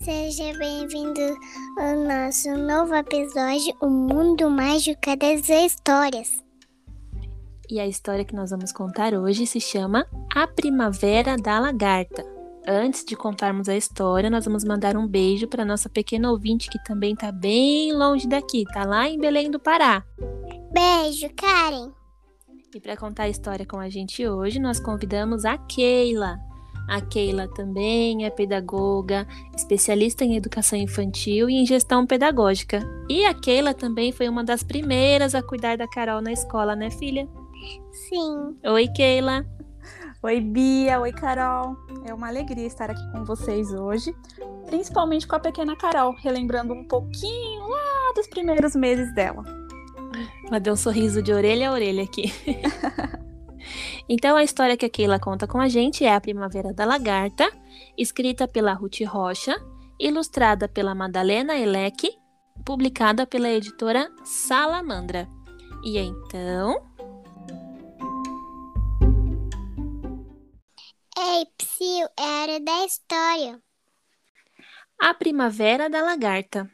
Seja bem-vindo ao nosso novo episódio, O Mundo Mágico das Histórias. E a história que nós vamos contar hoje se chama A Primavera da Lagarta. Antes de contarmos a história, nós vamos mandar um beijo para nossa pequena ouvinte que também está bem longe daqui, tá lá em Belém do Pará. Beijo, Karen! E para contar a história com a gente hoje, nós convidamos a Keila. A Keila também é pedagoga, especialista em educação infantil e em gestão pedagógica. E a Keila também foi uma das primeiras a cuidar da Carol na escola, né, filha? Sim, Oi, Keila. Oi, Bia. Oi, Carol. É uma alegria estar aqui com vocês hoje, principalmente com a pequena Carol, relembrando um pouquinho lá dos primeiros meses dela. Ela deu um sorriso de orelha a orelha aqui. então, a história que a Keila conta com a gente é A Primavera da Lagarta, escrita pela Ruth Rocha, ilustrada pela Madalena Elec, publicada pela editora Salamandra. E então, ei, Psyu, é a hora da história. A Primavera da Lagarta.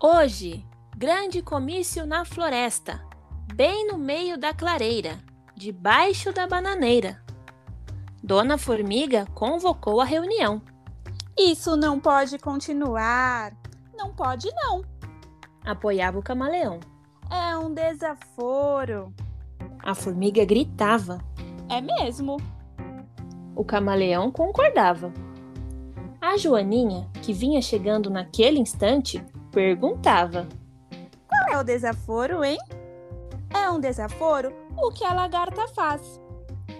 Hoje, grande comício na floresta, bem no meio da clareira, debaixo da bananeira. Dona Formiga convocou a reunião. Isso não pode continuar. Não pode, não. Apoiava o camaleão. É um desaforo. A formiga gritava. É mesmo. O camaleão concordava. A Joaninha, que vinha chegando naquele instante, perguntava. Qual é o desaforo, hein? É um desaforo o que a lagarta faz.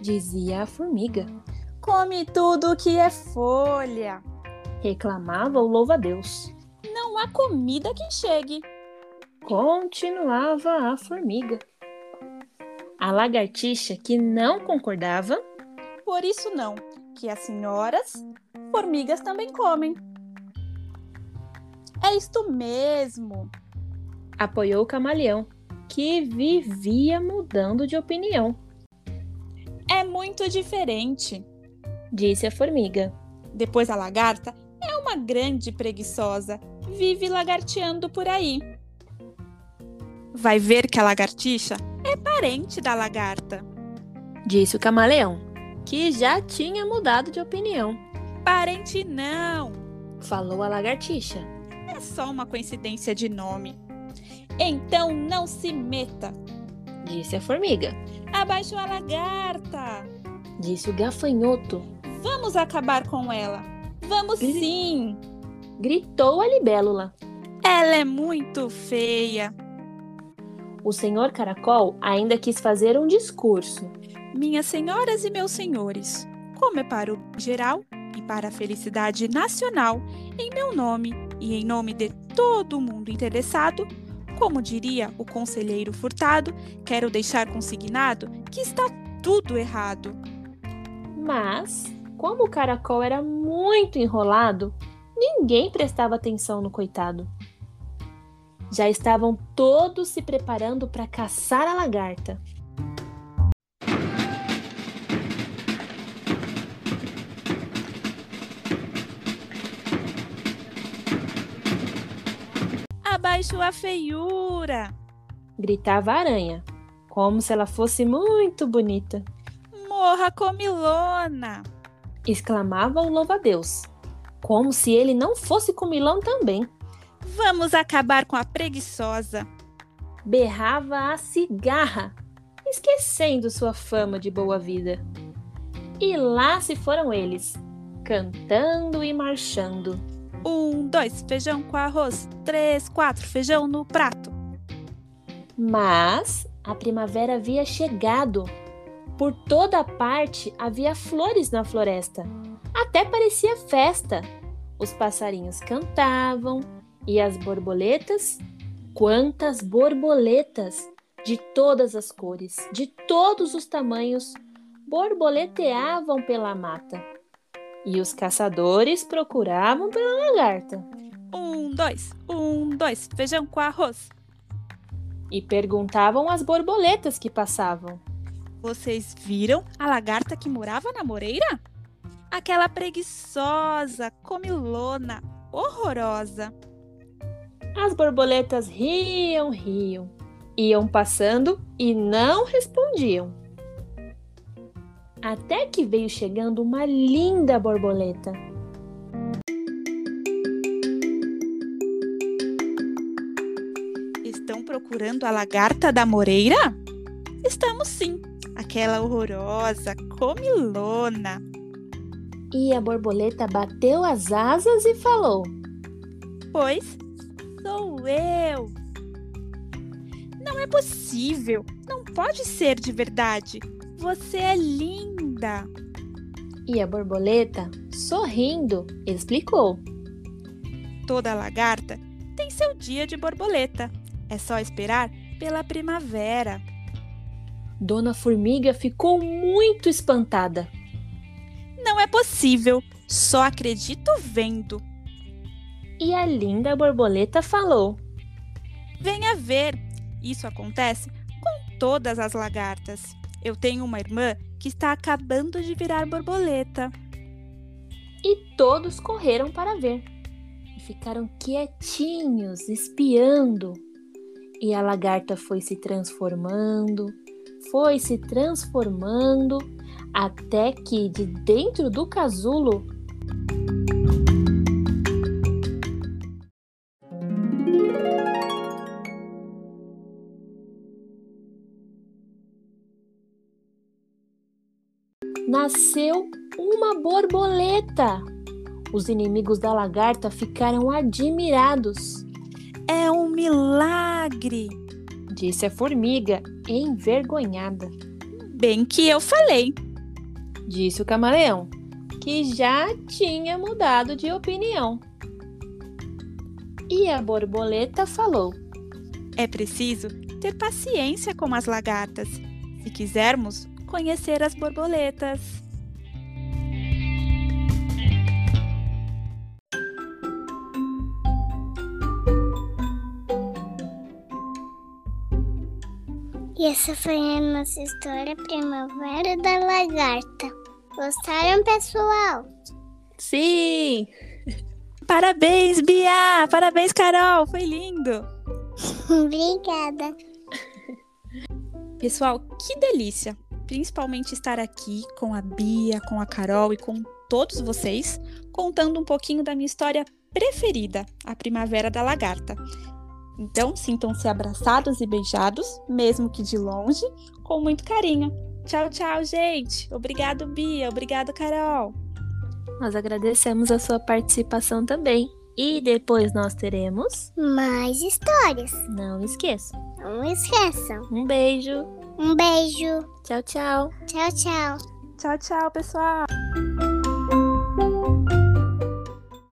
Dizia a formiga. Come tudo que é folha. Reclamava o louva-a-Deus. Não há comida que chegue. Continuava a formiga. A lagartixa, que não concordava, Por isso não, que as senhoras, formigas também comem. É isto mesmo. apoiou o camaleão, que vivia mudando de opinião, É muito diferente. disse a formiga. Depois a lagarta é uma grande preguiçosa, vive lagarteando por aí. Vai ver que a lagartixa é parente da lagarta. Disse o camaleão, que já tinha mudado de opinião, Parente não, falou a lagartixa. é só uma coincidência de nome. Então não se meta. Disse a formiga, Abaixo a lagarta. disse o gafanhoto, Vamos acabar com ela. Vamos Ih. sim. gritou a libélula. Ela é muito feia. O senhor caracol ainda quis fazer um discurso, Minhas senhoras e meus senhores, como é para o bem geral e para a felicidade nacional, em meu nome e em nome de todo mundo interessado, como diria o conselheiro Furtado, quero deixar consignado que está tudo errado. mas, como o caracol era muito enrolado, ninguém prestava atenção no coitado. Já estavam todos se preparando para caçar a lagarta. Abaixo a feiura! gritava a aranha, como se ela fosse muito bonita. Morra comilona! Exclamava o louva-a-Deus, como se ele não fosse comilão também. Vamos acabar com a preguiçosa! Berrava a cigarra, esquecendo sua fama de boa vida. E lá se foram eles, cantando e marchando. Um, dois, feijão com arroz. Três, quatro, feijão no prato. Mas a primavera havia chegado. Por toda parte havia flores na floresta. Até parecia festa. Os passarinhos cantavam e as borboletas, quantas borboletas de todas as cores, de todos os tamanhos, borboleteavam pela mata. E os caçadores procuravam pela lagarta. Um, dois, um, dois, feijão com arroz. e perguntavam às borboletas que passavam. Vocês viram a lagarta que morava na moreira? Aquela preguiçosa, comilona, horrorosa. As borboletas riam, riam, iam passando e não respondiam. Até que veio chegando uma linda borboleta. Estão procurando a lagarta da moreira? Estamos sim. Aquela horrorosa, comilona. E a borboleta bateu as asas e falou: Pois sou eu. Não é possível. Não pode ser de verdade. Você é linda. E a borboleta, sorrindo, explicou. Toda lagarta tem seu dia de borboleta. É só esperar pela primavera. Dona Formiga ficou muito espantada. Não é possível. Só acredito vendo. E a linda borboleta falou. Venha ver. Isso acontece com todas as lagartas. Eu tenho uma irmã que está acabando de virar borboleta. E todos correram para ver. E ficaram quietinhos, espiando. E a lagarta foi se transformando, foi se transformando, até que de dentro do casulo nasceu uma borboleta. Os inimigos da lagarta ficaram admirados, É um milagre! disse a formiga, envergonhada. Bem que eu falei. Disse o camaleão, que já tinha mudado de opinião. E a borboleta falou. É preciso ter paciência com as lagartas se quisermos conhecer as borboletas. E essa foi a nossa história Primavera da Lagarta. Gostaram, pessoal? Sim! Parabéns, Bia! Parabéns, Carol! Foi lindo! Obrigada. Pessoal, que delícia! Principalmente estar aqui com a Bia, com a Carol e com todos vocês, contando um pouquinho da minha história preferida, a Primavera da Lagarta. Então, sintam-se abraçados e beijados, mesmo que de longe, com muito carinho. Tchau, tchau, gente! Obrigado, Bia! Obrigado, Carol! Nós agradecemos a sua participação também. E depois nós teremos. Mais histórias. Não esqueça! Não esqueçam. Um beijo! Um beijo. Tchau, tchau! Tchau, tchau. Tchau, tchau, pessoal!